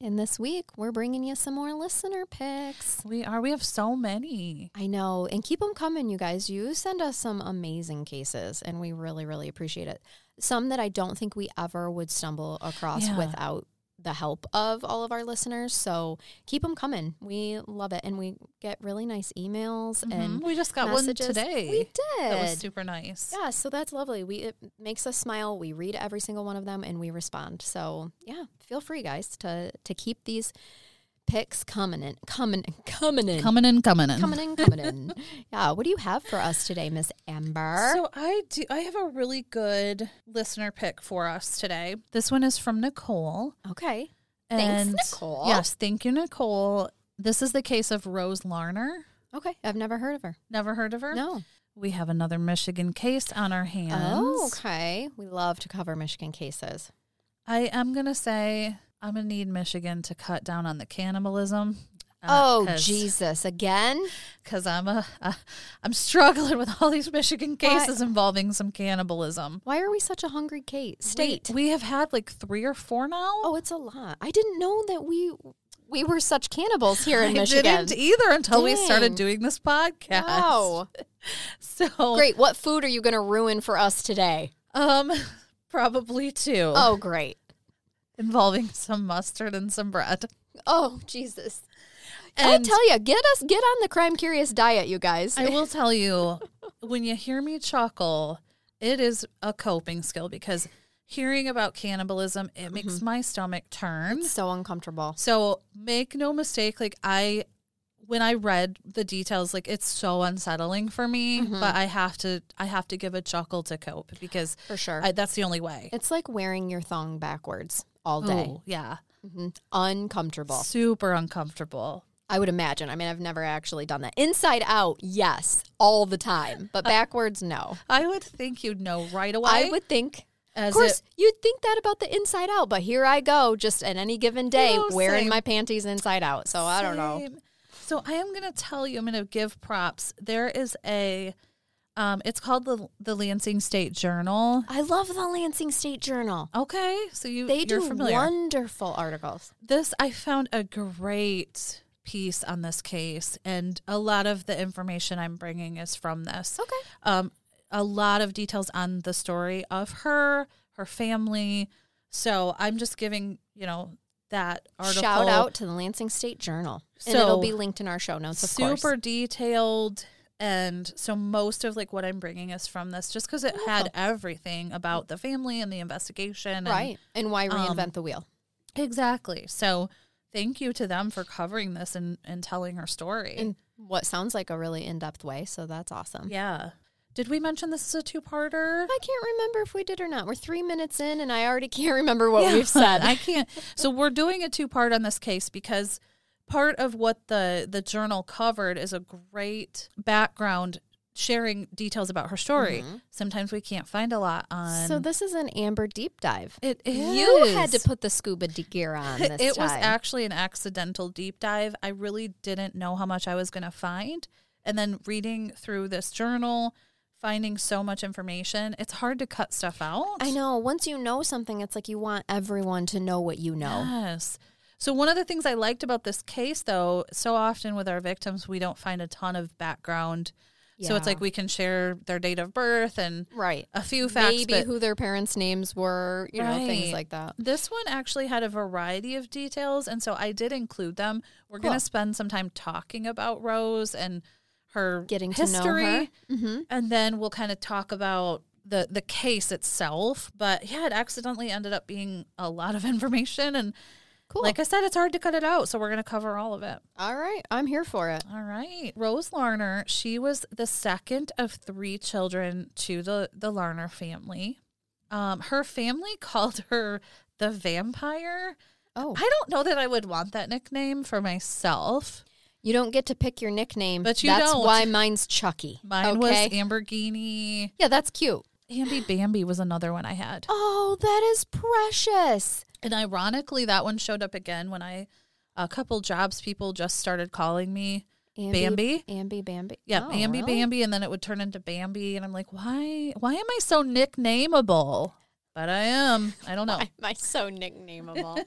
And this week, we're bringing you some more listener picks. We are. We have so many. I know. And keep them coming, you guys. You send us some amazing cases, and we really, really appreciate it. Some that I don't think we ever would stumble across Yeah. without the help of all of our listeners. So keep them coming. We love it. And we get really nice emails Mhm. and we just got messages. one today. We did. That was super nice. yeah, so that's lovely. We it makes us smile. We read every single one of them and we respond. So yeah, feel free, guys, to to keep these picks coming in, coming, coming in, Coming in, coming in. coming in, coming in. yeah, what do you have for us today, Miss Amber? So I do. I have a really good listener pick for us today. This one is from Nicole. okay, Thanks, And Nicole. Yes, thank you, Nicole. This is the case of Rose Larner. okay, I've never heard of her. Never heard of her? No. We have another Michigan case on our hands. Oh, okay. We love to cover Michigan cases. I am gonna say I'm gonna need Michigan to cut down on the cannibalism. Uh, oh Jesus, again? because I'm a, a I'm struggling with all these Michigan cases involving some cannibalism. Why are we such a hungry Kate state? We, we have had like three or four now. oh, it's a lot. I didn't know that we we were such cannibals here in I Michigan. didn't either until we Dang. started doing this podcast. Wow. So Great. What food are you going to ruin for us today? Um, probably two Oh, great. involving some mustard and some bread. Oh, Jesus. And I tell you, get us get on the crime curious diet, you guys. I will tell you, when you hear me chuckle, it is a coping skill because hearing about cannibalism it Mm-hmm. makes my stomach turn. so uncomfortable. So make no mistake, like I when I read the details, like it's so unsettling for me, Mm-hmm. but I have to I have to give a chuckle to cope because For sure. I, that's the only way. it's like wearing your thong backwards all day. Oh, yeah. Mhm. Uncomfortable. Super uncomfortable. I would imagine. I mean, I've never actually done that. Inside out, yes, all the time, but Uh, backwards, no. I would think you'd know right away. I would think as Of course, it- you'd think that about the inside out, but here I go, just at any given day, No, wearing same. my panties inside out. So I don't know. Same. So I am gonna tell you, I'm gonna give props. There is a um it's called the the Lansing State Journal. I love the Lansing State Journal. Okay. So you They you're do familiar. wonderful articles. this i found a great piece on this case and a lot of the information i'm bringing is from this Okay. um, a lot of details on the story of her her family so i'm just giving you know that article Shout out to the Lansing State Journal. And So- it'll be linked in our show notes, of super course. detailed and so most of like what i'm bringing is from this just because it had everything about the family and the investigation and- Right. And why reinvent Um, the wheel? exactly so thank you to them for covering this and and telling her story In what sounds like a really in depth way. So that's awesome. Yeah. Did we mention this is a two parter? I can't remember if we did or not. We're three minutes in, and I already can't remember what we've said. I can't. So we're doing a two part on this case because part of what the the journal covered is a great background sharing details about her story. Mm-hmm. Sometimes we can't find a lot on. so this is an Amber deep dive. it is. You had to put the scuba de- gear on this it was time. actually an accidental deep dive. I really didn't know how much I was going to find. And then reading through this journal, finding so much information, it's hard to cut stuff out. I know. Once you know something, it's like you want everyone to know what you know. Yes. So one of the things I liked about this case though, so often with our victims we don't find a ton of background. So it's Yeah. like we can share their date of birth and Right. a few facts. Maybe but who their parents' names were, you know, things Right. like that. this one actually had a variety of details and so I did include them. We're Cool. going to spend some time talking about Rose and her Getting to know history her. Mm-hmm. and then we'll kind of talk about the the case itself, but yeah, it accidentally ended up being a lot of information and Cool. like I said it's hard to cut it out, so we're going to cover all of it. All right. I'm here for it. All right. Rose Larner, she was the second of three children to the, the Larner family. Um, her family called her the vampire Oh, I don't know that I would want that nickname for myself. you don't get to pick your nickname. But you that's don't. why mine's Chucky. okay? Mine was Ambergini. yeah, that's cute. Ambi Bambi was another one I had. Oh, that is precious. And ironically, that one showed up again when I, a couple jobs people just started calling me Bambi? Ambi Bambi. Yeah, Oh, Bambi, really? Bambi, and then it would turn into Bambi, and I'm like, why? Why am I so nicknameable? But I am. I don't know. Why am I so nicknameable?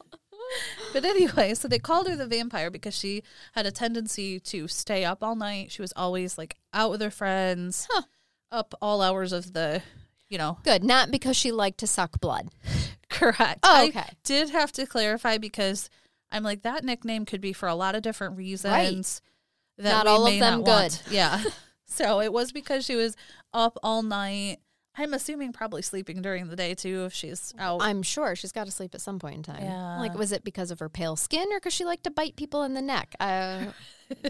But anyway, so they called her the vampire because she had a tendency to stay up all night. She was always like out with her friends, Huh. up all hours of the, you know, Good. Not because she liked to suck blood. Correct. Oh, okay. I did have to clarify because I'm like that nickname could be for a lot of different reasons. Not we all of may them not want. Yeah. so it was because she was up all night. I'm assuming probably sleeping during the day too if she's out. I'm sure she's got to sleep at some point in time. Yeah. Like, was it because of her pale skin or because she liked to bite people in the neck? Uh,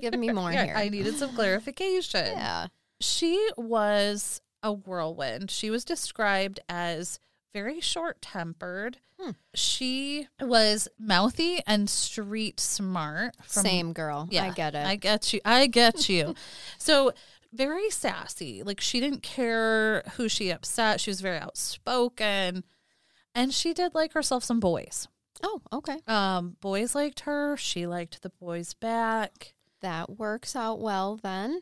give me more Yeah, here. I needed some clarification. yeah. She was a whirlwind. She was described as very short tempered. Hmm. She was mouthy and street smart. From Same girl. I get it. I get you. I get you. so very sassy. Like she didn't care who she upset. She was very outspoken. And she did like herself some boys. oh, okay. Um, boys liked her. She liked the boys back. That works out well then.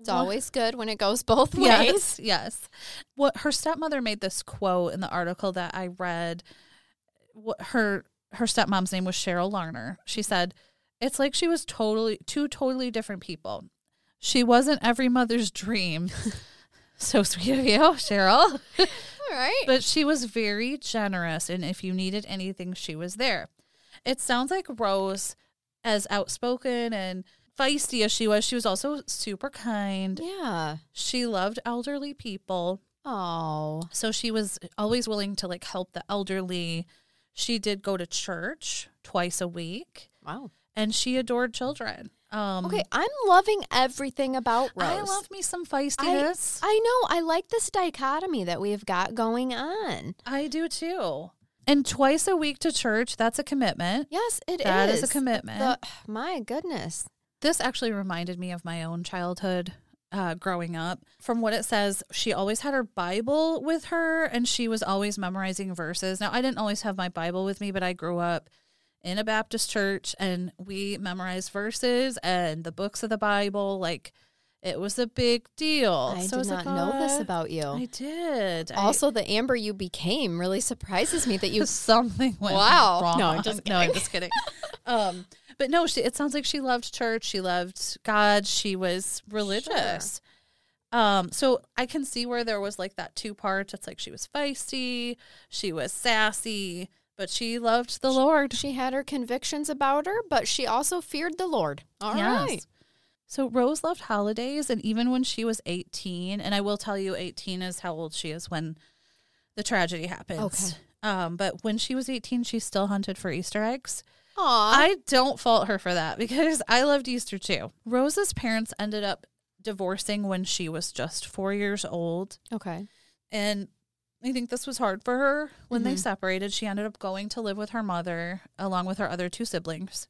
It's What- always good when it goes both ways. Yes, yes. What her stepmother made this quote in the article that I read. What her her stepmom's name was Cheryl Larner. She said, "It's like she was totally two totally different people. She wasn't every mother's dream." so sweet of you, Cheryl. All right. But she was very generous, and if you needed anything, she was there. It sounds like Rose, as outspoken and feisty as she was, she was also super kind yeah. she loved elderly people Oh. so she was always willing to like help the elderly she did go to church twice a week Wow. and she adored children um Okay, I'm loving everything about Rose. i love me some feistiness I know. I like this dichotomy that we've got going on. I, do too and twice a week to church that's a commitment Yes, it is. That is a commitment. The- my goodness. this actually reminded me of my own childhood uh, growing up. From what it says, she always had her Bible with her and she was always memorizing verses. Now, I didn't always have my Bible with me, but I grew up in a Baptist church and we memorized verses and the books of the Bible. Like, it was a big deal. I So did was not like, know this "Uh, about you. I did. I- also, the Amber you became really surprises me that you. something went Wow. wrong. No, I'm just No, I'm just kidding. um, but no, she, it sounds like she loved church. She loved God. She was religious. Um, so I can see where there was like that two parts. It's like she was feisty, she was sassy, but she loved the Lord. She had her convictions about her, but she also feared the Lord. All right. Yes. So Rose loved holidays, and even when she was 18, and I will tell you, 18 is how old she is when the tragedy happens. Okay. Um, but when she was 18, she still hunted for Easter eggs. Aw. I don't fault her for that because I loved Easter too. Rose's parents ended up divorcing when she was just four years old. okay. And I think this was hard for her when they separated. She ended up going to live with her mother along with her other two siblings.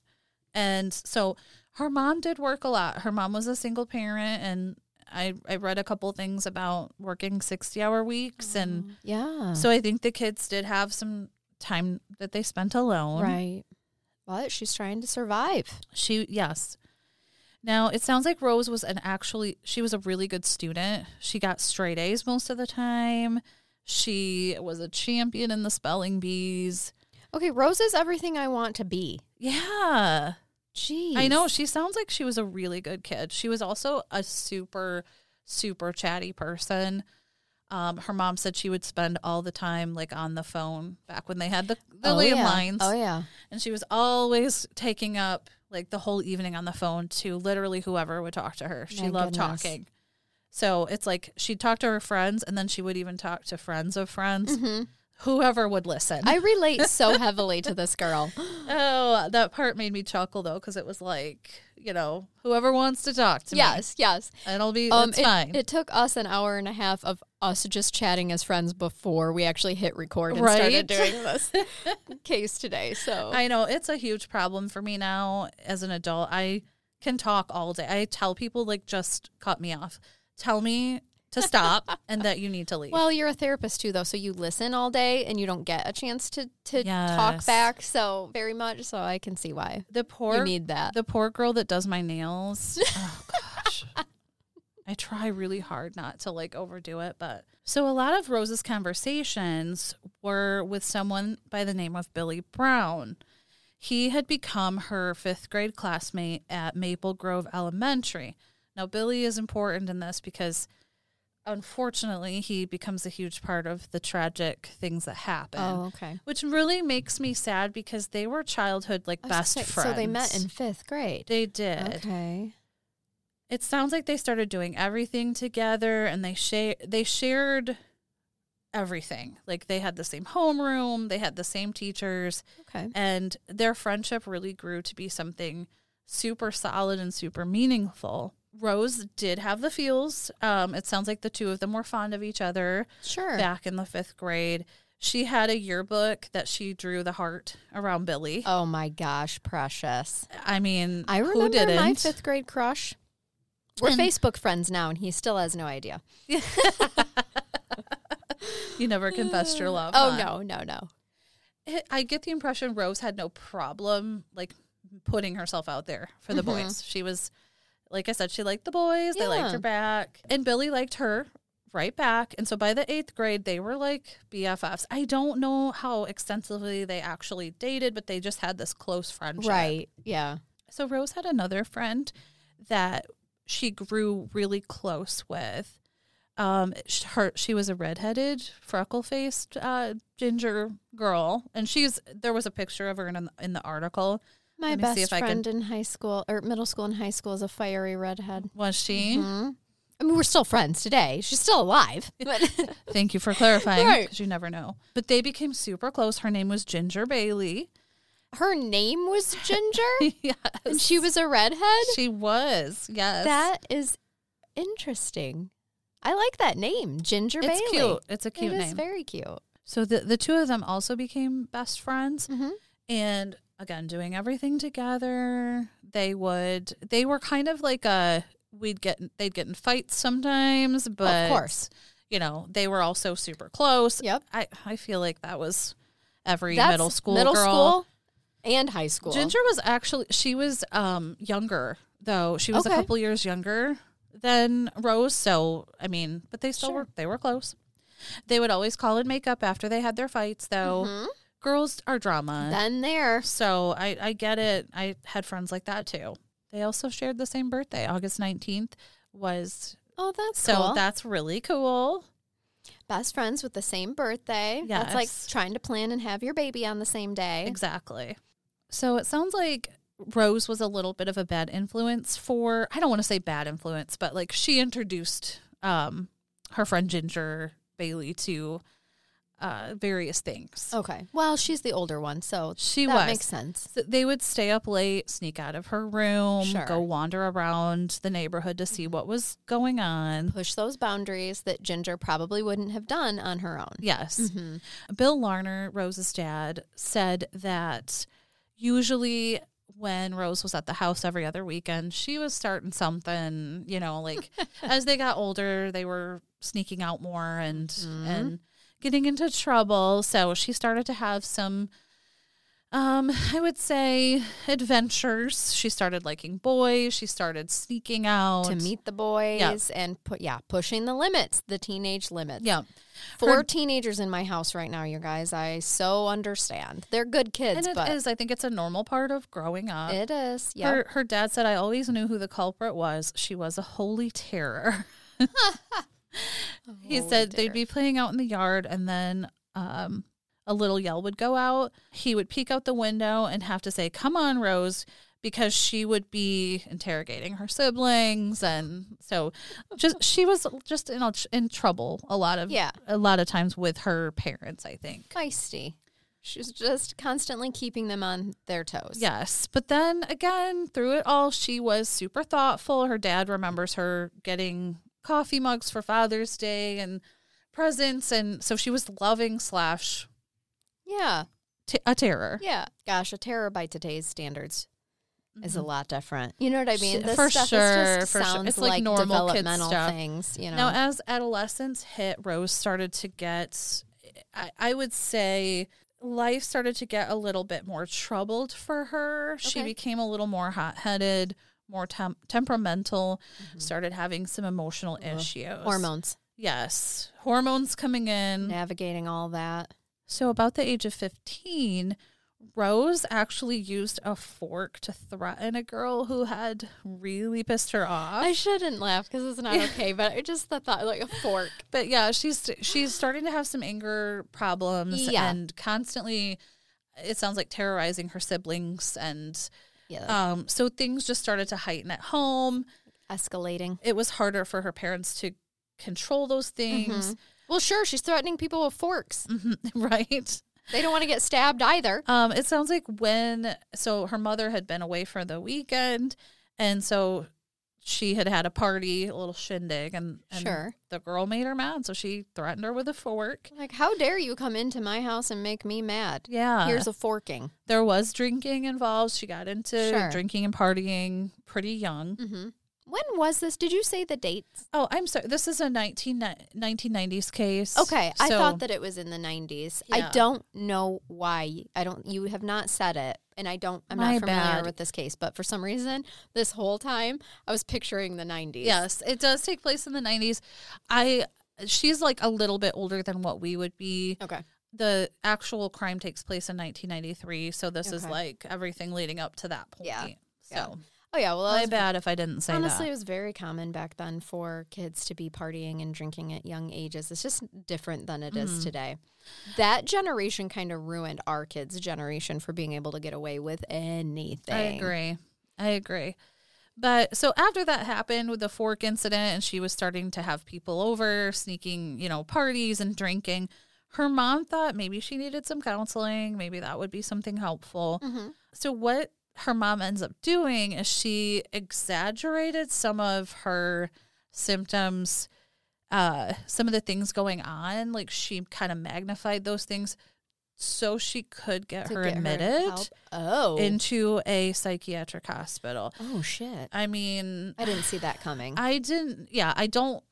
And so her mom did work a lot. Her mom was a single parent and I, I read a couple things about working 60 hour weeks. And Yeah. so I think the kids did have some time that they spent alone. right. But she's trying to survive. She yes. Now it sounds like Rose was an actually she was a really good student. She got straight A's most of the time. She was a champion in the spelling bees. Okay, Rose is everything I want to be. Yeah. Jeez. I know she sounds like she was a really good kid. She was also a super super chatty person. Um, her mom said she would spend all the time like on the phone back when they had the, the oh, yeah. landlines. Oh yeah. And she was always taking up like the whole evening on the phone to literally whoever would talk to her. She My loved goodness. talking. So it's like she'd talk to her friends and then she would even talk to friends of friends. whoever would listen. Mm-hmm. I relate so heavily to this girl. oh, that part made me chuckle though, because it was like, you know, whoever wants to talk to me. Yes, yes. Um, It'll be it's it, fine. it took us an hour and a half of us just chatting as friends before we actually hit record and Right? started doing this case today. So I know it's a huge problem for me now as an adult. I can talk all day. I tell people like just cut me off. Tell me to stop and that you need to leave. Well, you're a therapist too, though, so you listen all day and you don't get a chance to to Yes. talk back. So very much, so I can see why the poor you need that. the poor girl that does my nails. Oh gosh. I try really hard not to like overdo it, but so a lot of Rose's conversations were with someone by the name of Billy Brown. He had become her fifth grade classmate at Maple Grove Elementary. Now, Billy is important in this because unfortunately he becomes a huge part of the tragic things that happen. oh, okay. Which really makes me sad because they were childhood like I was best gonna say, friends. So they met in fifth grade. They did. Okay. It sounds like they started doing everything together, and they share they shared everything. Like they had the same homeroom, they had the same teachers, Okay. and their friendship really grew to be something super solid and super meaningful. Rose did have the feels. Um, it sounds like the two of them were fond of each other Sure. back in the fifth grade. She had a yearbook that she drew the heart around Billy. Oh my gosh, precious. I mean, I who remember didn't? my fifth grade crush. We're And- Facebook friends now, and he still has no idea. You never confessed your love. Oh huh? no, no, no. it, I get the impression Rose had no problem like putting herself out there for the boys. She was, like I said, she liked the boys. They liked Mm-hmm. Yeah. her back, and Billy liked her right back. And so by the eighth grade, they were like BFFs. I don't know how extensively they actually dated, but they just had this close friendship. Right? Yeah. So Rose had another friend that she grew really close with. Um, sh- her she was a redheaded, freckle-faced, uh, ginger girl, and she's there was a picture of her in in the article. My Let me see best if I can- friend in high school or middle school and high school is a fiery redhead. Was she? Mm-hmm. I mean, we're still friends today. She's still alive. But Thank you for clarifying, Right. 'cause you never know. But they became super close. Her name was Ginger Bailey. her name was Ginger, yes, and she was a redhead. she was. Yes, That is interesting. I like that name, Ginger it's Bailey. cute. It's a cute It is name. very cute. so the the two of them also became best friends. Mm-hmm. and again doing everything together they would they were kind of like a we'd get they'd get in fights sometimes but course. you know they were also super close Yep. i i feel like that was every That's middle school middle girl school, and high school. ginger was actually she was um younger though she was a Okay. couple years younger than rose so i mean but they still Sure. were they were close they would always call in makeup after they had their fights though Mhm. girls are drama Then there. so I, I get it. I had friends like that too. They also shared the same birthday. August 19th was Oh, that's so cool. that's really cool. Best friends with the same birthday. That's like Yes. trying to plan and have your baby on the same day. Exactly. So it sounds like Rose was a little bit of a bad influence for I don't want to say bad influence, but like she introduced um her friend Ginger Bailey to uh various things. Okay. Well, she's the older one, so She that was. makes sense. So they would stay up late, sneak out of her room, Sure. go wander around the neighborhood to see what was going on. Push those boundaries that Ginger probably wouldn't have done on her own. Yes. Mm-hmm. Bill Larner, Rose's dad, said that usually when Rose was at the house every other weekend, she was starting something, you know, like as they got older, they were sneaking out more and Mm-hmm. and getting into trouble. So she started to have some um, I would say adventures. She started liking boys. She started sneaking out. To meet the boys and put yeah, pushing the limits, the teenage limits. Yeah. Four teenagers in my house right now, you guys. I so understand. They're good kids, And it but is, uh, I think it's a normal part of growing up. it is. Yeah. Her, her dad said, I always knew who the culprit was. She was a holy terror. he said they'd be playing out in the yard and then um, a little yell would go out. He would peek out the window and have to say, Come on, Rose, because she would be interrogating her siblings and so just she was just in a, in trouble a lot of Yeah. a lot of times with her parents I think. Feisty. She's just constantly keeping them on their toes. Yes, but then again, through it all, she was super thoughtful. Her dad remembers her getting coffee mugs for Father's Day and presents, and so she was loving slash Yeah. t- a terror. Yeah. Gosh, a terror by today's standards is a lot different. You know what I mean? Sh- for stuff is sure, just for sure. sounds It's like normal kid developmental stuff. things, you know. Now, as adolescence hit, Rose started to get, I, I would say, life started to get a little bit more troubled for her. She Okay. became a little more hot headed, more tem- temperamental, started having some emotional issues. Mm-hmm. Hormones. Yes, hormones coming Mm-hmm. in. Navigating all that. So, about the age of 15, Rose actually used a fork to threaten a girl who had really pissed her off. I shouldn't laugh because it's not okay, but I just the thought like a fork. but yeah, she's she's starting to have some anger problems Yeah. and constantly it sounds like terrorizing her siblings and Yeah. um so things just started to heighten at home. escalating. It was harder for her parents to control those Mm-hmm. things, Well, sure, she's threatening people with forks. right? They don't want to get stabbed either. Um, it sounds like when so her mother had been away for the weekend, and so she had had a party, a little shindig, and, and Sure. the girl made her mad, so she threatened her with a fork. Like, how dare you come into my house and make me mad? Yeah, Here's a forking. there was drinking involved. She got into Sure. drinking and partying pretty young. Mm-hmm. When was this? Did you say the dates? Oh, I'm sorry. This is a 19, 1990s case. Okay, I So- thought that it was in the 90s. I Yeah. don't know why. I don't. You have not said it, and I don't. I'm My not familiar bad. with this case, but for some reason, this whole time I was picturing the 90s. Yes, it does take place in the 90s. I she's like a little bit older than what we would be. Okay. the actual crime takes place in 1993 so this is Okay. like everything leading up to that point Yeah. so Yeah. Oh yeah. Well, I my was bad if i didn't say Honestly, that it was very common back then for kids to be partying and drinking at young ages. It's just different than it is today. That generation kind of ruined our kids' generation for being able to get away with anything. i agree i agree but so after that happened with the fork incident and she was starting to have people over sneaking you know parties and drinking her mom thought maybe she needed some counseling maybe that would be something helpful so what her mom ends up doing is she exaggerated some of her symptoms uh some of the things going on like she kind of magnified those things so she could get To her get admitted help- oh. into a psychiatric hospital oh, shit. i mean I didn't see that coming. i didn't yeah i don't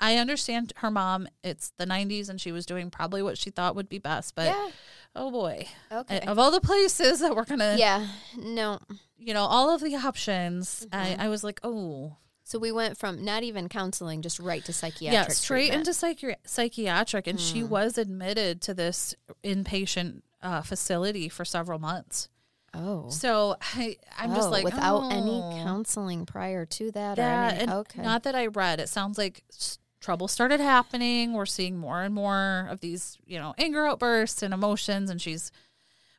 i understand her mom it's the 90s and she was doing probably what she thought would be best but yeah. oh boy Okay. of all the places that we're gonna yeah. No. you know, all of the options, Mm-hmm. I, I was like, oh, So we went from not even counseling, just right to psychiatric. yeah, straight treatment. Mm. into psychi- psychiatric. And she was admitted to this inpatient uh, facility for several months. oh. So I, I'm Oh, just like, without any oh, counseling prior to that. yeah, or any, and okay. Not that I read. It sounds like s- trouble started happening. We're seeing more and more of these, you know, anger outbursts and emotions. And she's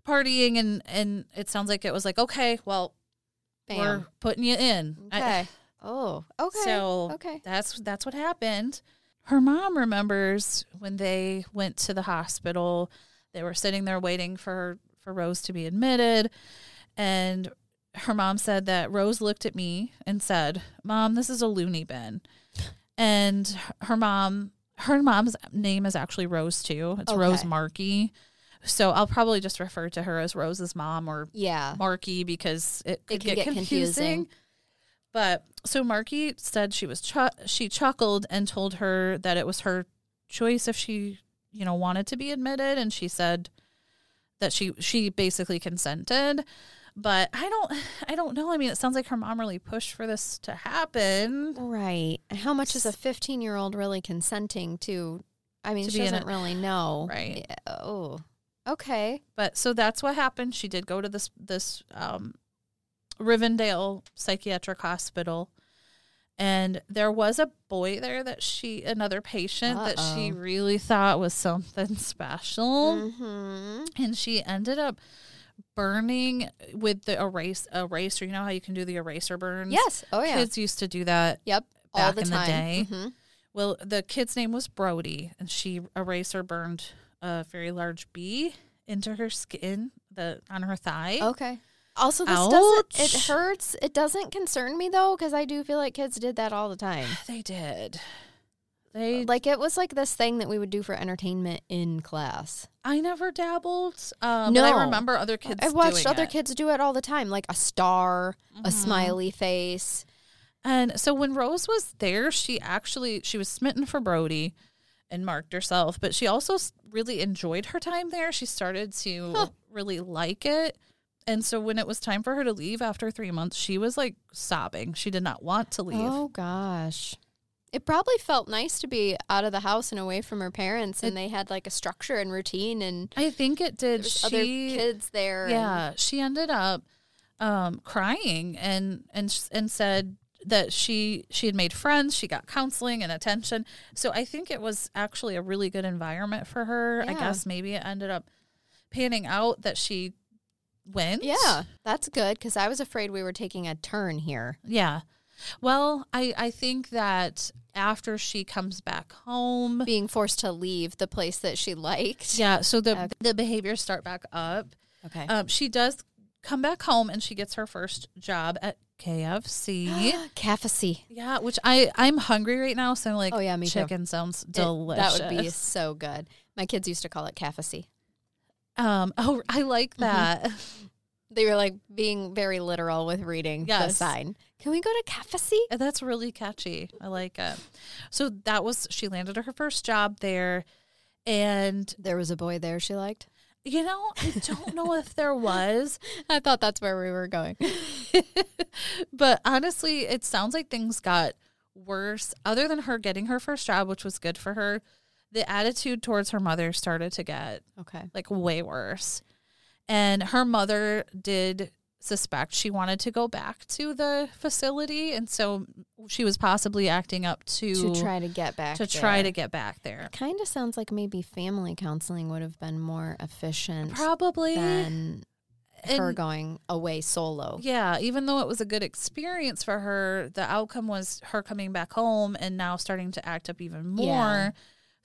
partying. And, and it sounds like it was like, okay, well, Bam. we're putting you in. I- Okay. oh, okay. So okay. that's that's what happened. Her mom remembers when they went to the hospital. They were sitting there waiting for for Rose to be admitted, and her mom said that Rose looked at me and said, "Mom, this is a loony bin." And her mom, her mom's name is actually Rose too. It's Rose Okay. Markey. So I'll probably just refer to her as Rose's mom or Yeah. Marky because it could can get, get confusing. confusing. But so Marky said she was chu- she chuckled and told her that it was her choice if she you know wanted to be admitted, and she said that she she basically consented. But I don't I don't know. I mean, it sounds like her mom really pushed for this to happen. Right. How much is a 15 year old really consenting to? I mean, To she be in doesn't it. really know. Right. Yeah, Oh, okay. But so that's what happened. She did go to this this um, Rivendell psychiatric hospital, and there was a boy there that she another patient that she Uh-oh. really thought was something special, Mm-hmm. and she ended up burning with the erase eraser. You know how you can do the eraser burns? Yes. Oh yeah. Kids used to do that yep. All back the in time. the day. Mhm. Well, the kid's name was Brody, and she eraser burned a very large bee into her skin, the on her thigh. Okay. Also, this doesn't. It Ouch. hurts. It doesn't concern me though, because I do feel like kids did that all the time. They did. They Like it was like this thing that we would do for entertainment in class. I never dabbled. Um, but No. I remember other kids. I've watched doing other it. Mm-hmm. kids do it all the time, like a star, a smiley face. And so when Rose was there, she actually she was smitten for Brody and marked herself, but she also s- really enjoyed her time there. She started to really like it. And so when it was time for her to leave after 3 months, she was like sobbing. She did not want to leave. Oh gosh. It probably felt nice to be out of the house and away from her parents, and they had like a structure and routine, and I think it there did. was She other kids there. and- Yeah, she ended up um, crying and and s- and said that she she had made friends, she got counseling and attention. So I think it was actually a really good environment for her. I Yeah. guess maybe it ended up panning out that she went. yeah, that's good because I was afraid we were taking a turn here. yeah. Well, I I think that after she comes back home, being forced to leave the place that she liked. yeah. So the the behaviors start back up. Okay. Um, she does come back home and she gets her first job at KFC. Cafesi. Yeah, which I I'm hungry right now, so I'm like, Oh, yeah, me too. chicken sounds It- delicious. that would be so good. My kids used to call it cafesi. Um, oh, I Mm-hmm. like that. Uh, They were like being very literal with reading the Yes. sign. Can we go to cafesi? Uh, That's really catchy. I like it. So that was she landed her first job there, and There was a boy there she liked. you know I don't know if there was, I thought that's where we were going. but honestly, it sounds like things got worse. Other than her getting her first job, which was good for her, the attitude towards her mother started to get Okay. like way worse. And her mother did suspect she wanted to go back to the facility, and so she was possibly acting up to To try to get back. to try to get back there. Kind of sounds like maybe family counseling would have been more efficient Probably, than her And- going away solo. yeah. Even though it was a good experience for her, the outcome was her coming back home and now starting to act up even more. Yeah.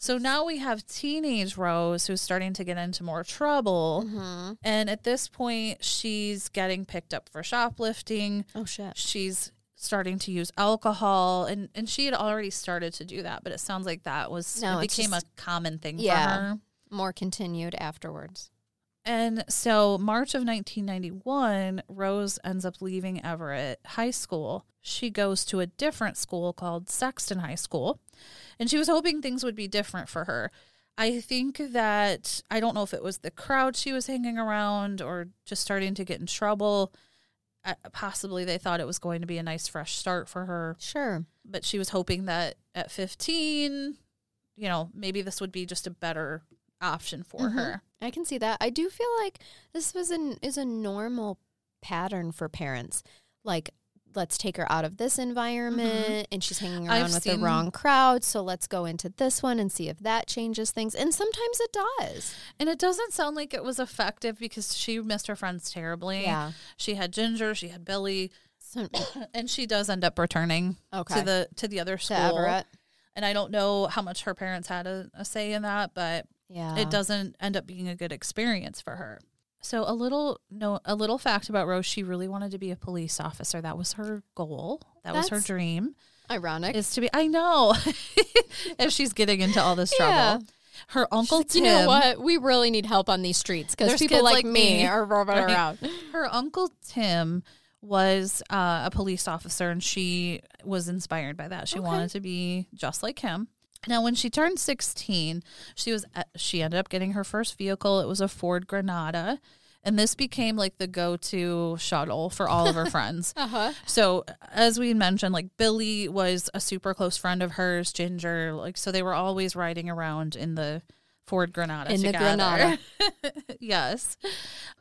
So now we have teenage Rose who's starting to get into more trouble. Mhm. And at this point, she's getting picked up for shoplifting. Oh shit. she's starting to use alcohol and and she had already started to do that but it sounds like that was No, it it's became just- a common thing Yeah. for her More continued afterwards. and so march of 1991 rose ends up leaving everett high school she goes to a different school called sexton high school and she was hoping things would be different for her i think that i don't know if it was the crowd she was hanging around or just starting to get in trouble Uh, possibly they thought it was going to be a nice fresh start for her Sure. but she was hoping that at 15 you know maybe this would be just a better option for Mhm. her I can see that. I do feel like this was an is a normal pattern for parents. Like let's take her out of this environment and she's hanging around Mm-hmm. I've with seen- the wrong crowd, so let's go into this one and see if that changes things. And sometimes it does. and it doesn't sound like it was effective because she missed her friends terribly Yeah. she had ginger she had billy So, and she does end up returning okay. to the to the other To school Everett. and i don't know how much her parents had a, a say in that but Yeah. it doesn't end up being a good experience for her so a little no a little fact about rose she really wanted to be a police officer that was her goal that was her That's- dream Ironic. is to be. I know. if she's getting into all this trouble, Yeah. her She's uncle like, Tim. you know what? We really need help on these streets because There's people kids like, like me me." are roaming Right. around. Her uncle Tim was uh, a police officer, and she was inspired by that. She Okay. wanted to be just like him. Now, when she turned sixteen, she was uh, she ended up getting her first vehicle. It was a Ford Granada. And this became like the go to shuttle for all of her friends. Uh huh. So as we mentioned, like Billy was a super close friend of hers, Ginger, like so they were always riding around in the Ford Granada In the together. Granada. yes.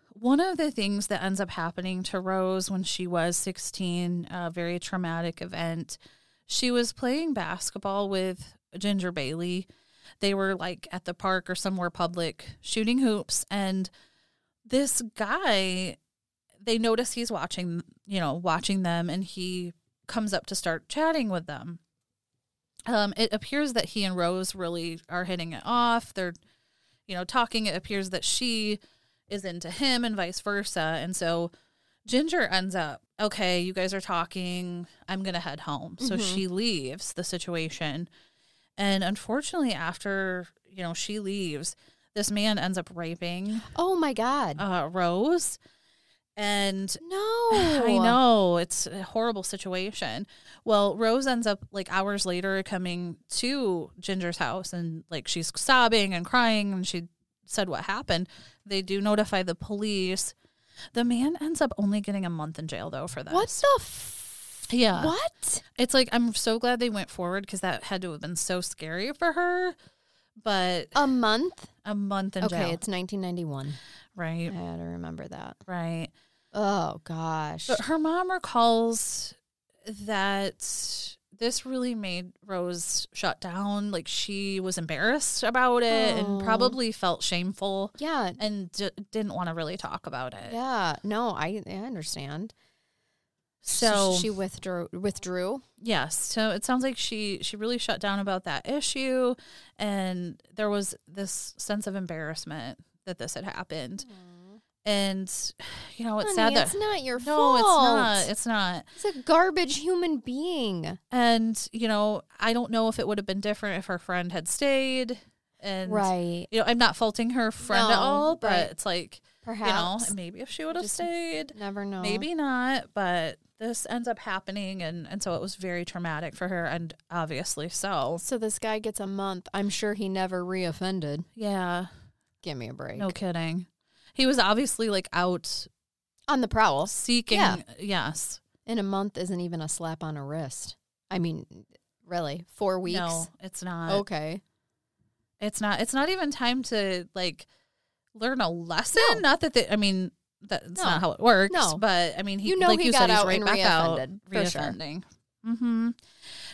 One of the things that ends up happening to Rose when she was 16, a very traumatic event. She was playing basketball with Ginger Bailey. They were like at the park or somewhere public shooting hoops and this guy they notice he's watching you know watching them and he comes up to start chatting with them um it appears that he and rose really are hitting it off they're you know talking it appears that she is into him and vice versa and so ginger ends up okay you guys are talking i'm gonna head home so Mhm. she leaves the situation and unfortunately after you know she leaves this man ends up raping Oh my God. uh, Rose. And no. I know it's a horrible situation. Well, Rose ends up like hours later coming to Ginger's house and like she's sobbing and crying and she said what happened. They do notify the police. The man ends up only getting a month in jail though for that. What the f- Yeah. What? It's like I'm so glad they went forward because that had to have been so scary for her. But A month? a month in Okay, jail, it's 1991. I right? had to remember that. Right. Oh gosh. But her mom recalls that this really made Rose shut down. Like she was embarrassed about it Oh. and probably felt shameful Yeah. and d- didn't want to really talk about it. Yeah. No, I I understand. So, she withdrew withdrew. yes, so it sounds like she she really shut down about that issue, and there was this sense of embarrassment that this had happened. And you know, it's sad Honey, that it's not your no, fault. it's not. It's not. It's a garbage human being. And, you know, I don't know if it would have been different if her friend had stayed. And, Right. you know, I'm not faulting her friend at No, all, but right. it's like, Perhaps. you know, maybe if she would have Just stayed, Never know. maybe not. But this ends up happening. And, and so it was very traumatic for her. And obviously so. So this guy gets a month. I'm sure he never reoffended. Yeah. Give me a break. No kidding. He was obviously like out On the prowl. seeking. Yeah. Yes. In a month isn't even a slap on a wrist. I mean, really, four weeks. No, it's not. Okay. It's not. It's not even time to like learn a lesson. No. Not that they. I mean, that's No. not how it works. No. but I mean, he You know like he you got said, he's out right and back reoffended, out, for sure. reoffending. Hmm.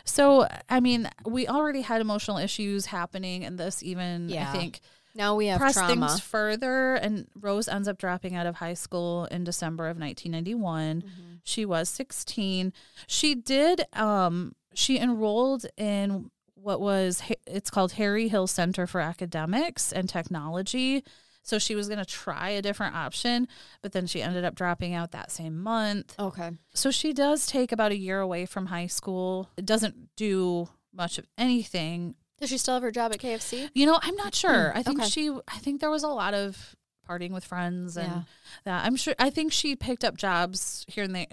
So I mean, we already had emotional issues happening, and this even Yeah. I think Now we have pressed trauma. things further. And Rose ends up dropping out of high school in December of 1991. Mm-hmm. She was 16. She did. Um, she enrolled in what was Ha- it's called Harry Hill Center for Academics and Technology. So she was going to try a different option, but then she ended up dropping out that same month. Okay. So she does take about a year away from high school. It doesn't do much of anything Does she still have her job at KFC? you know, I'm not sure. I think Mm, okay. she I think there was a lot of partying with friends and Yeah. that. I'm sure I think she picked up jobs here and there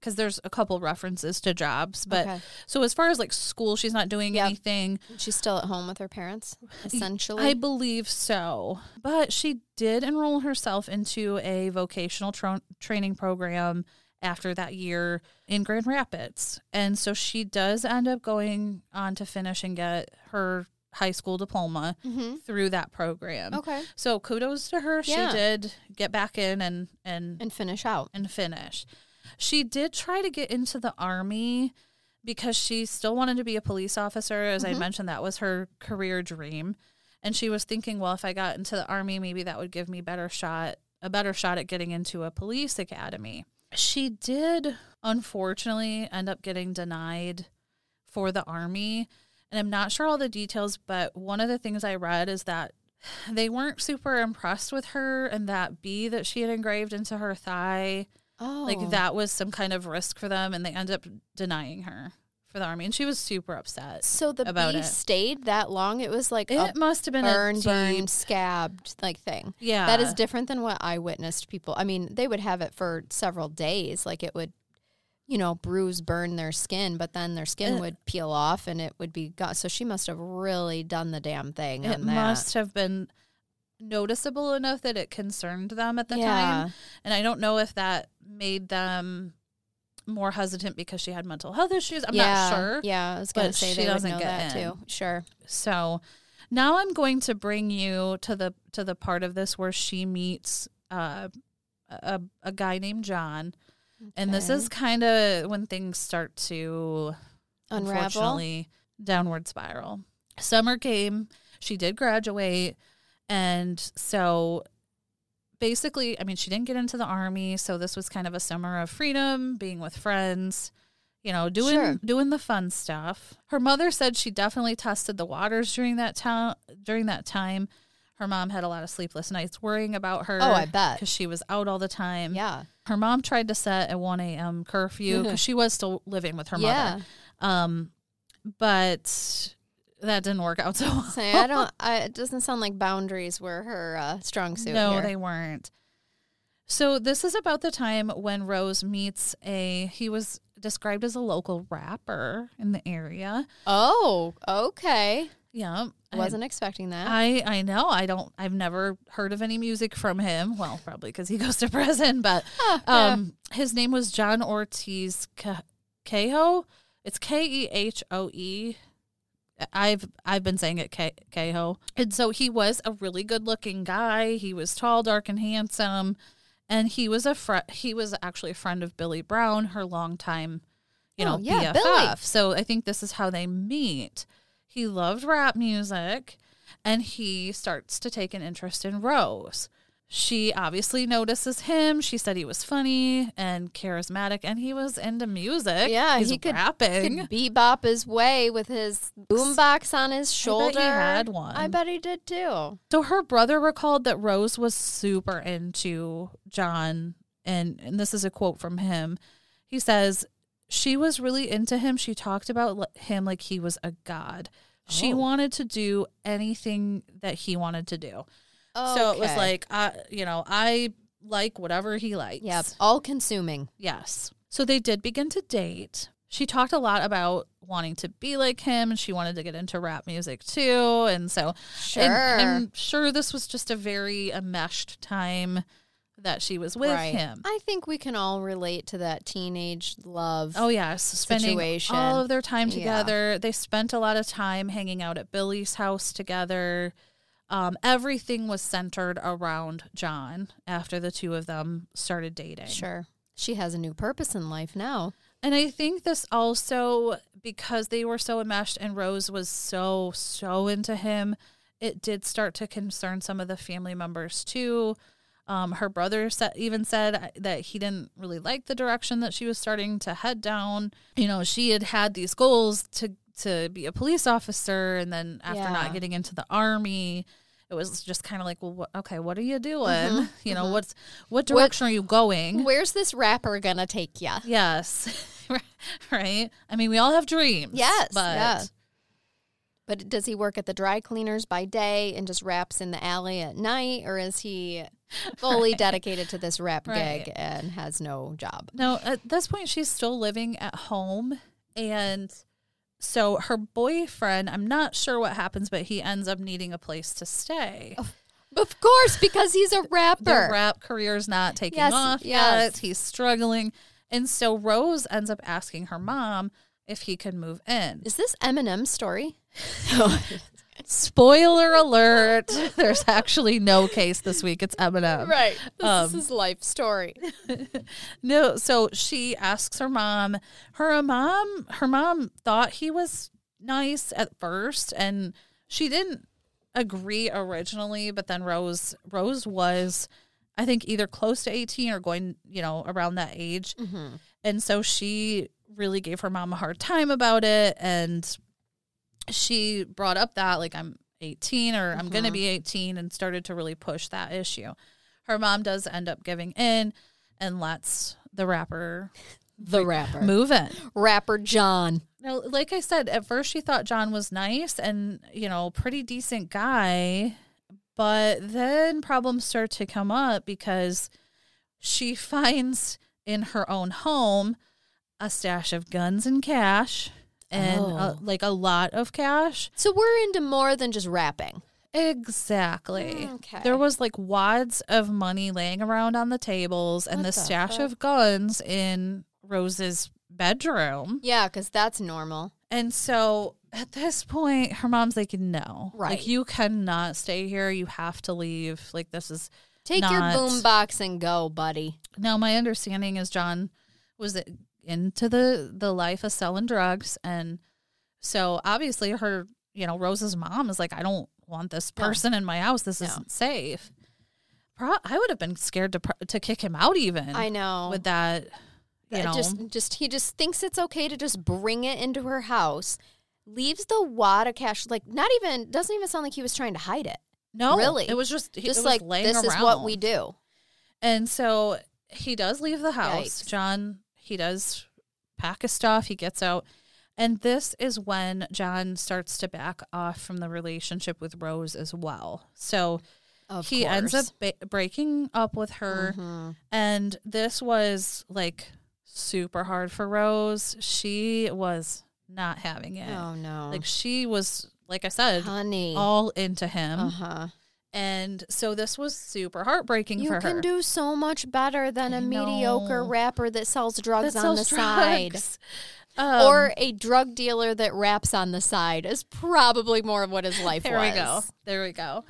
cuz there's a couple references to jobs, but Okay. so as far as like school, she's not doing Yep. anything. She's still at home with her parents, essentially. I believe so. But she did enroll herself into a vocational tra- training program after that year in Grand Rapids. And so she does end up going on to finish and get her high school diploma hmm through that program. Okay. So kudos to her. Yeah. She did get back in and and And finish out. and finish. She did try to get into the army because she still wanted to be a police officer. As Mm-hmm. I mentioned, that was her career dream. And she was thinking, well, if I got into the army, maybe that would give me better shot a better shot at getting into a police academy. She did unfortunately end up getting denied for the army. And I'm not sure all the details, but one of the things I read is that they weren't super impressed with her and that bee that she had engraved into her thigh, Oh. like that was some kind of risk for them. And they ended up denying her for the army. And she was super upset. So the about bee it. stayed that long. It was like It a must have been burn, a burn, deep- scabbed like thing. Yeah. That is different than what I witnessed people. I mean, they would have it for several days. Like it would, you know, bruise, burn their skin, but then their skin It- would peel off and it would be gone. So she must have really done the damn thing. It on that. must have been noticeable enough that it concerned them at the time. And I don't know if that made them more hesitant because she had mental health issues. I'm yeah. not sure. Yeah. I was going to but say she they doesn't would know get that in. too. Sure. So now I'm going to bring you to the to the part of this where she meets uh, a a guy named John, and this Okay. is kind of when things start to Unravel. unfortunately downward spiral. Summer came, she did graduate, and so basically, I mean, she didn't get into the army, so this was kind of a summer of freedom, being with friends, you know, doing Sure. doing the fun stuff. Her mother said she definitely tested the waters during that time. during that time. Her mom had a lot of sleepless nights worrying about her. Oh, I bet. Because she was out all the time. Yeah. Her mom tried to set a 1 a.m. curfew because she was still living with her Mm-hmm. yeah. mother. Um, but that didn't work out so well. Say, I don't. I, it doesn't sound like boundaries were her uh, strong suit. No, here. they weren't. So this is about the time when Rose meets a he was described as a local rapper in the area. Oh, okay. Yeah. I- Wasn't expecting that. I, I know. I don't I've never heard of any music from him. Well, probably cuz he goes to prison, but um his name was John Ortiz Ca- Caho. It's K E H O E. I've I've been saying it K- Caho. And so he was a really good-looking guy. He was tall, dark and handsome, and he was a fr- he was actually a friend of Billy Brown, her longtime you Oh, know, yeah, BFF. Billy. So I think this is how they meet. He loved rap music and he starts to take an interest in Rose. She obviously notices him. She said he was funny and charismatic and he was into music. Yeah, He's he could- rapping. Could bebop his way with his boombox on his shoulder. had one. I bet he did too. So her brother recalled that Rose was super into John, and, and this is a quote from him. He says, She was really into him. She talked about li- him like he was a god. She Oh. wanted to do anything that he wanted to do. So it was Okay. like, uh, you know, I like whatever he likes. Yep, all consuming. Yes. So they did begin to date. She talked a lot about wanting to be like him and she wanted to get into rap music too. And so Sure. and I'm sure this was just a very enmeshed time that she was with Right. him. I think we can all relate to that teenage love. Oh yes, spending Situation. all of their time Yeah. together. They spent a lot of time hanging out at Billy's house together. Um, everything was centered around John after the two of them started dating. sure. She has a new purpose in life now. And I think this also because they were so enmeshed and Rose was so so into him, it did start to concern some of the family members too. Um, her brother sa- even said uh, that he didn't really like the direction that she was starting to head down. You know, she had had these goals to to be a police officer, and then after Yeah. not getting into the army, it was just kind of like, well, what, okay, what are you doing? You know, what's what direction are you going? Where's this rapper gonna take ya? Yes. right? I mean, we all have dreams. Yes, But yeah. But does he work at the dry cleaners by day and just raps in the alley at night, or is he fully dedicated to this rap Right. gig and has no job? no, at this point, she's still living at home. And so her boyfriend, I'm not sure what happens, but he ends up needing a place to stay. Of course, because he's a The rapper. rap career's not taking Yes, off yes. yet. He's struggling. And so Rose ends up asking her mom if he could move in. Is this Eminem's story? Spoiler alert, there's actually no case this week. It's Eminem. right. This Um, is his life story. No, so she asks her mom. Her uh, mom, her mom thought he was nice at first, and she didn't agree originally. But then Rose, Rose was, I think, either close to eighteen or going, you know, around that age, and so she really gave her mom a hard time about it, and she brought up that like I'm 18 or I'm going to be 18 and started to really push that issue. Her mom does end up giving in and lets the rapper The rapper. move in. Rapper John. Now, like I said, at first she thought John was nice and, you know, pretty decent guy, but then problems start to come up because she finds in her own home a stash of guns and cash and uh, Oh. like a lot of cash So we're into more than just rapping. Exactly. Okay. There was like wads of money laying around on the tables and What the the stash fuck? of guns in Rose's bedroom. Yeah, because that's normal. And so at this point, her mom's like, no. Right. Like, you cannot stay here. You have to leave. Like, this is. Take Not- your boombox and go, buddy. Now, my understanding is John was into the, the life of selling drugs. And so obviously, her, you know, Rose's mom is like, I don't want this person in my house. This No. isn't safe. Pro- I would have been scared to pro- to kick him out even. I know. with that, you Uh, know, just just he just thinks it's okay to just bring it into her house. Leaves the wad of cash like not even doesn't even sound like he was trying to hide it. no, really. it was just he, it just was like laying this around. is what we do. And so he does leave the house. Yikes. John, he does pack his stuff. He gets out. And this is when John starts to back off from the relationship with Rose as well. So Of he course. ends up ba- breaking up with her. Mhm. And this was like super hard for Rose. She was not having it. Oh no, Like she was, like I said, honey. all into him. Uh huh. And so this was super heartbreaking You for can her. do so much better than a I mediocre know. rapper that sells drugs That on the sells side. drugs. Um, or a drug dealer that raps on the side is probably more of what his life there was. we go. There we go.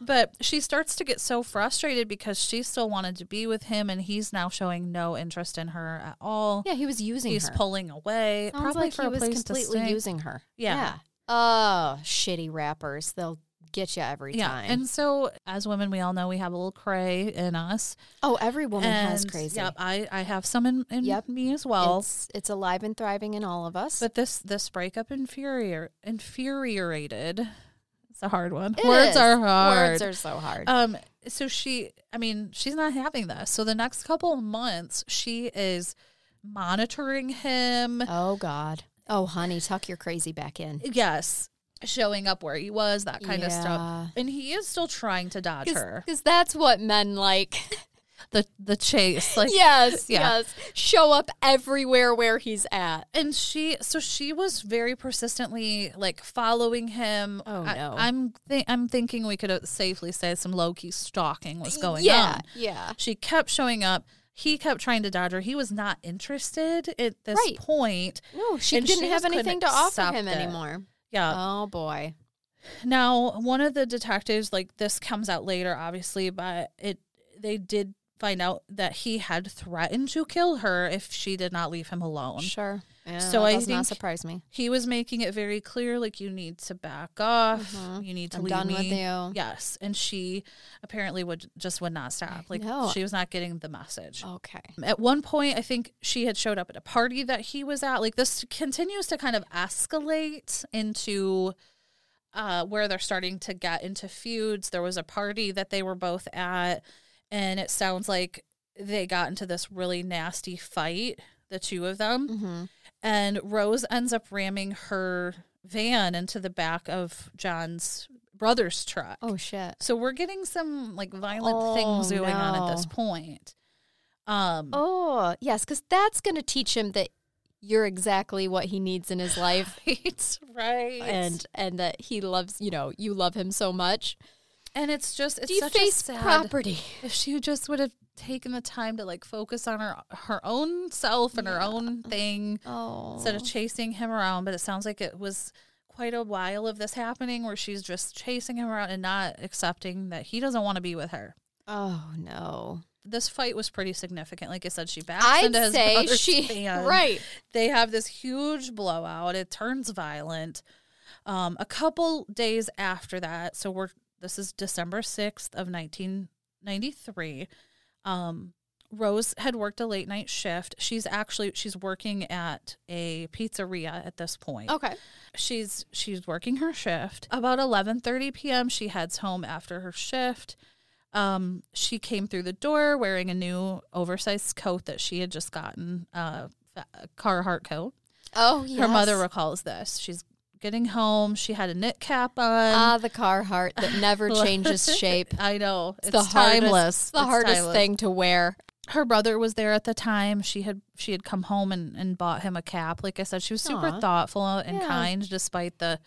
But she starts to get so frustrated because she still wanted to be with him, and he's now showing no interest in her at all. Yeah, he was using he's her. pulling away, Sounds probably like for he a was place completely to stay. using her. Yeah. Oh, shitty rappers. They'll get you every yeah, time. and so as women, we all know we have a little cray in us. oh, every woman has And, crazy. Yep, I, I have some in, in Yep. me as well. It's, it's alive and thriving in all of us. But this this breakup inferior infuriated. It's a hard one. It Words is. are hard. Words are so hard. Um, so she, I mean, she's not having this. So the next couple of months, she is monitoring him. oh, God. Oh, honey, tuck your crazy back in. Yes, showing up where he was, that kind of Yeah. stuff. And he is still trying to dodge her. Because that's what men like. The the chase, like yes, Yeah. yes. Show up everywhere where he's at. And she, so she was very persistently like following him. Oh, I, no. I'm thi- I'm thinking we could uh, safely say some low key stalking was going yeah, on. Yeah. She kept showing up. He kept trying to dodge her. He was not interested at this Right. point. No, she And didn't she have just couldn't anything to offer accept him it. anymore. Yeah. Oh boy. now, one of the detectives, like this comes out later, obviously, but it they did find out that he had threatened to kill her if she did not leave him alone. Sure. Yeah, So that I does think not surprise me. He was making it very clear, like you need to back off. Mhm. You need to I'm leave done me. with you. Yes, and she apparently would just would not stop. Like know. she was not getting the message. Okay. At one point, I think she had showed up at a party that he was at. Like this continues to kind of escalate into uh, where they're starting to get into feuds. There was a party that they were both at, and it sounds like they got into this really nasty fight, the two of them. Mm-hmm. And Rose ends up ramming her van into the back of John's brother's truck. Oh shit. So we're getting some like violent Oh, things going on at this no. point. Um, Oh yes, because that's going to teach him that you're exactly what he needs in his life, right, right. and and that he loves. You know, you love him so much. and it's just it's such a Deface sad property. if she just would have taken the time to like focus on her her own self and her own thing Oh. instead of chasing him around, but it sounds like it was quite a while of this happening where she's just chasing him around and not accepting that he doesn't want to be with her. oh no. This fight was pretty significant. Like I said, she backs I'd into his say brother's she van. right. They have this huge blowout. It turns violent. Um, a couple days after that, so we're this is December sixth of nineteen ninety three. Um, Rose had worked a late night shift. She's actually she's working at a pizzeria at this point. Okay. She's she's working her shift. About eleven thirty p.m. She heads home after her shift. Um, she came through the door wearing a new oversized coat that she had just gotten, uh, a Carhartt coat. Oh yes. Her mother recalls this. She's getting home. She had a knit cap on. Ah, the Carhartt that never Ah, changes shape. I know it's the hardest, timeless. The It's hardest timeless. thing to wear. Her brother was there at the time. She had she had come home and, and bought him a cap. Like I said, she was super Aw. thoughtful and Yeah. kind, despite the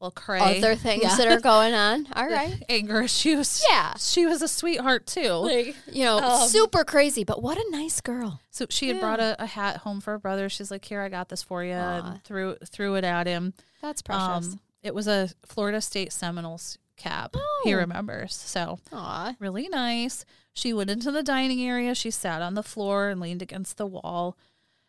little cray Other things Yeah. that are going on. All the right. anger issues. Yeah. she was a sweetheart too. Like, you know, Um, super crazy, but what a nice girl. So she had Yeah. brought a, a hat home for her brother. She's like, "Here, I got this for you." Aw. And threw threw it at him. That's precious. Um, it was a Florida State Seminoles cap. He Oh. remembers. So Aw. really nice. She went into the dining area. She sat on the floor and leaned against the wall.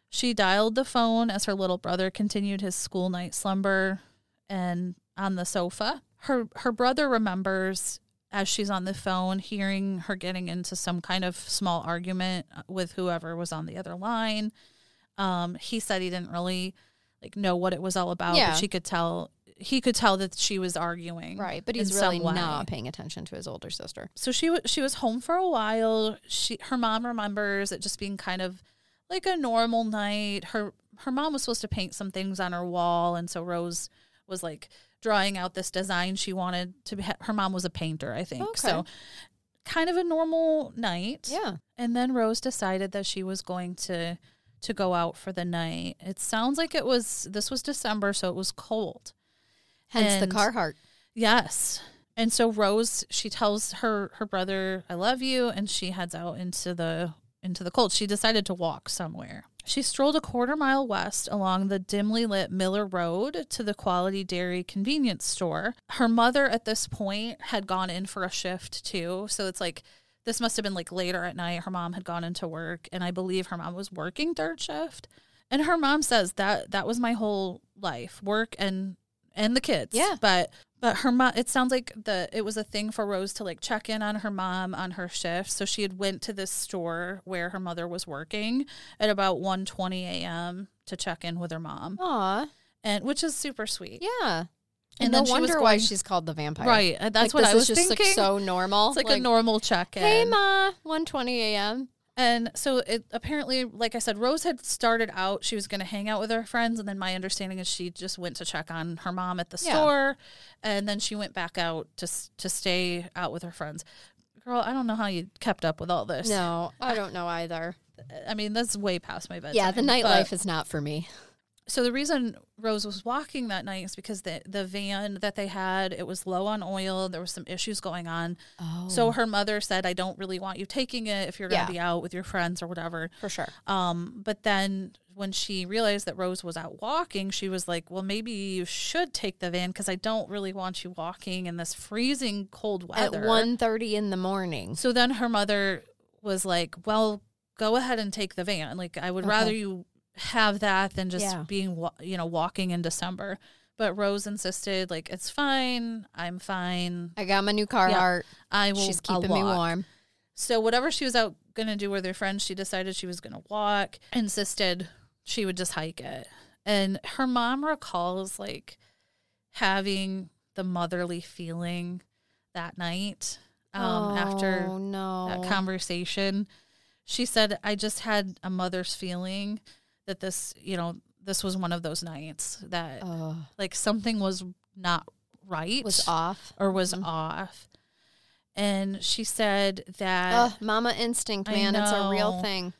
She dialed the phone as her little brother continued his school night slumber and on the sofa. Her her brother remembers as she's on the phone, hearing her getting into some kind of small argument with whoever was on the other line. Um, he said he didn't really like know what it was all about, Yeah. but she could tell he could tell that she was arguing. Right, but in he's really some way. not paying attention to his older sister. So she was she was home for a while. She her mom remembers it just being kind of like a normal night. Her her mom was supposed to paint some things on her wall, and so Rose was like drawing out this design she wanted to be. Her mom was a painter, I think. So Okay. kind of a normal night. Yeah. And then Rose decided that she was going to to go out for the night. It sounds like it was this was December, so it was cold. Hence And- the Carhartt. Yes. And so Rose, she tells her her brother, "I love you," and she heads out into the into the cold. She decided to walk somewhere. She strolled a quarter mile west along the dimly lit Miller Road to the Quality Dairy convenience store. Her mother at this point had gone in for a shift too, so it's like this must have been like later at night. Her mom had gone into work, and I believe her mom was working third shift. And her mom says that that was my whole life, work and and the kids. Yeah. But but her mom it sounds like the it was a thing for Rose to like check in on her mom on her shift. So she had went to this store where her mother was working at about 1:20 a.m. to check in with her mom. Aw, And which is super sweet. yeah. And And, then no she was wonder why going- she's called the vampire. Right. and That's Like, what I this was is just like, thinking. so normal. it's like, a normal check in. Hey, ma, 1.20 a.m. And so it apparently, like I said, Rose had started out. She was going to hang out with her friends, and then my understanding is she just went to check on her mom at the Yeah. store, and then she went back out to s- to stay out with her friends. Girl, I don't know how you kept up with all this. No, I don't know either. I mean that's way past my bedtime. Uh, Yeah, the but- nightlife is not for me. so the reason Rose was walking that night is because the the van that they had it was low on oil. There was some issues going on. Oh, So her mother said, "I don't really want you taking it if you're going Yeah. to be out with your friends or whatever." for sure. Um, but then when she realized that Rose was out walking, she was like, "Well, maybe you should take the van because I don't really want you walking in this freezing cold At weather." 1.30 in the morning. So then her mother was like, "Well, go ahead and take the van. Like, I would Okay. rather you have that than just Yeah. being, wa- you know, walking in December." But Rose insisted, like, "It's fine. I'm fine. I got my new Carhartt. I will. She's I'll keeping me walk." warm. So whatever she was out gonna do with her friends, she decided she was gonna walk. Insisted she would just hike it, and her mom recalls like having the motherly feeling that night um, Oh, after no. that conversation. She said, "I just had a mother's feeling that this, you know, this was one of those nights that Ugh. like something was not right Oh. was off. or was off." And she said that Ugh, mama instinct, I man. It's a real know. thing.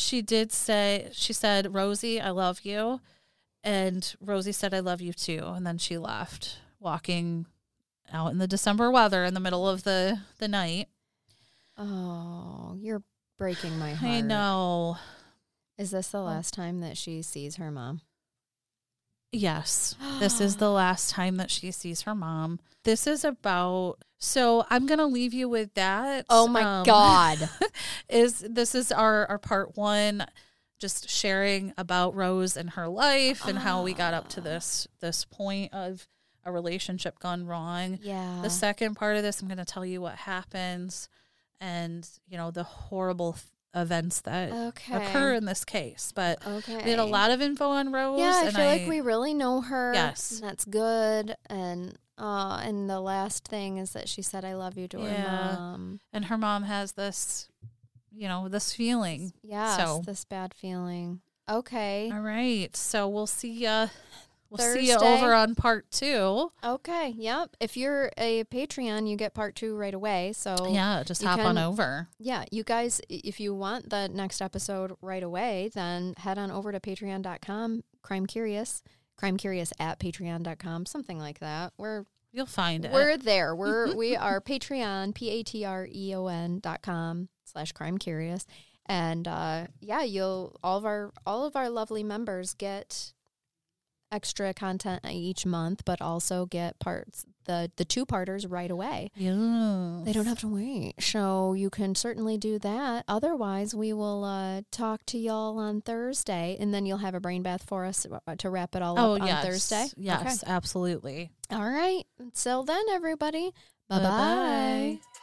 she did say she said rosie i love you and rosie said i love you too and then she left walking out in the december weather in the middle of the the night Oh, you're breaking my heart. i know Oh. Is this the last time that she sees her mom? yes this is the last time that she sees her mom this is about so i'm gonna leave you with that Oh my Um, God. is this is our our part one just sharing about rose and her life and how we got Ah. up to this this point of a relationship gone wrong yeah. the second part of this i'm going to tell you what happens and you know the horrible th- events that Okay. occur in this case but okay. we had a lot of info on rose Yeah, I and feel like we really know her. Yes. and that's good. And uh, and the last thing is that she said, "I love you" to Yeah. her mom. and her mom has this you know this feeling Yes, So- this bad feeling. Okay, all right so we'll see ya we'll see ya Thursday. over on part two okay, yep. If you're a Patreon, you get part two right away. So Yeah, just You hop on can- over. yeah, you guys, i- if you want the next episode right away, then head on over to patreon.com, crime curious, crime curious at patreon.com, something like that. We're You'll find it. We're there. We're we are Patreon, P A T R E O N dot com slash crime curious. And uh yeah, you'll all of our all of our lovely members get extra content each month, but also get parts the the two parters right away. yeah. They don't have to wait. So you can certainly do that. Otherwise, we will uh, talk to y'all on Thursday, and then you'll have a brain bath for us uh, to wrap it all Oh, up yes. on Thursday. Yes, absolutely. All right. Until then, everybody, Bye bye.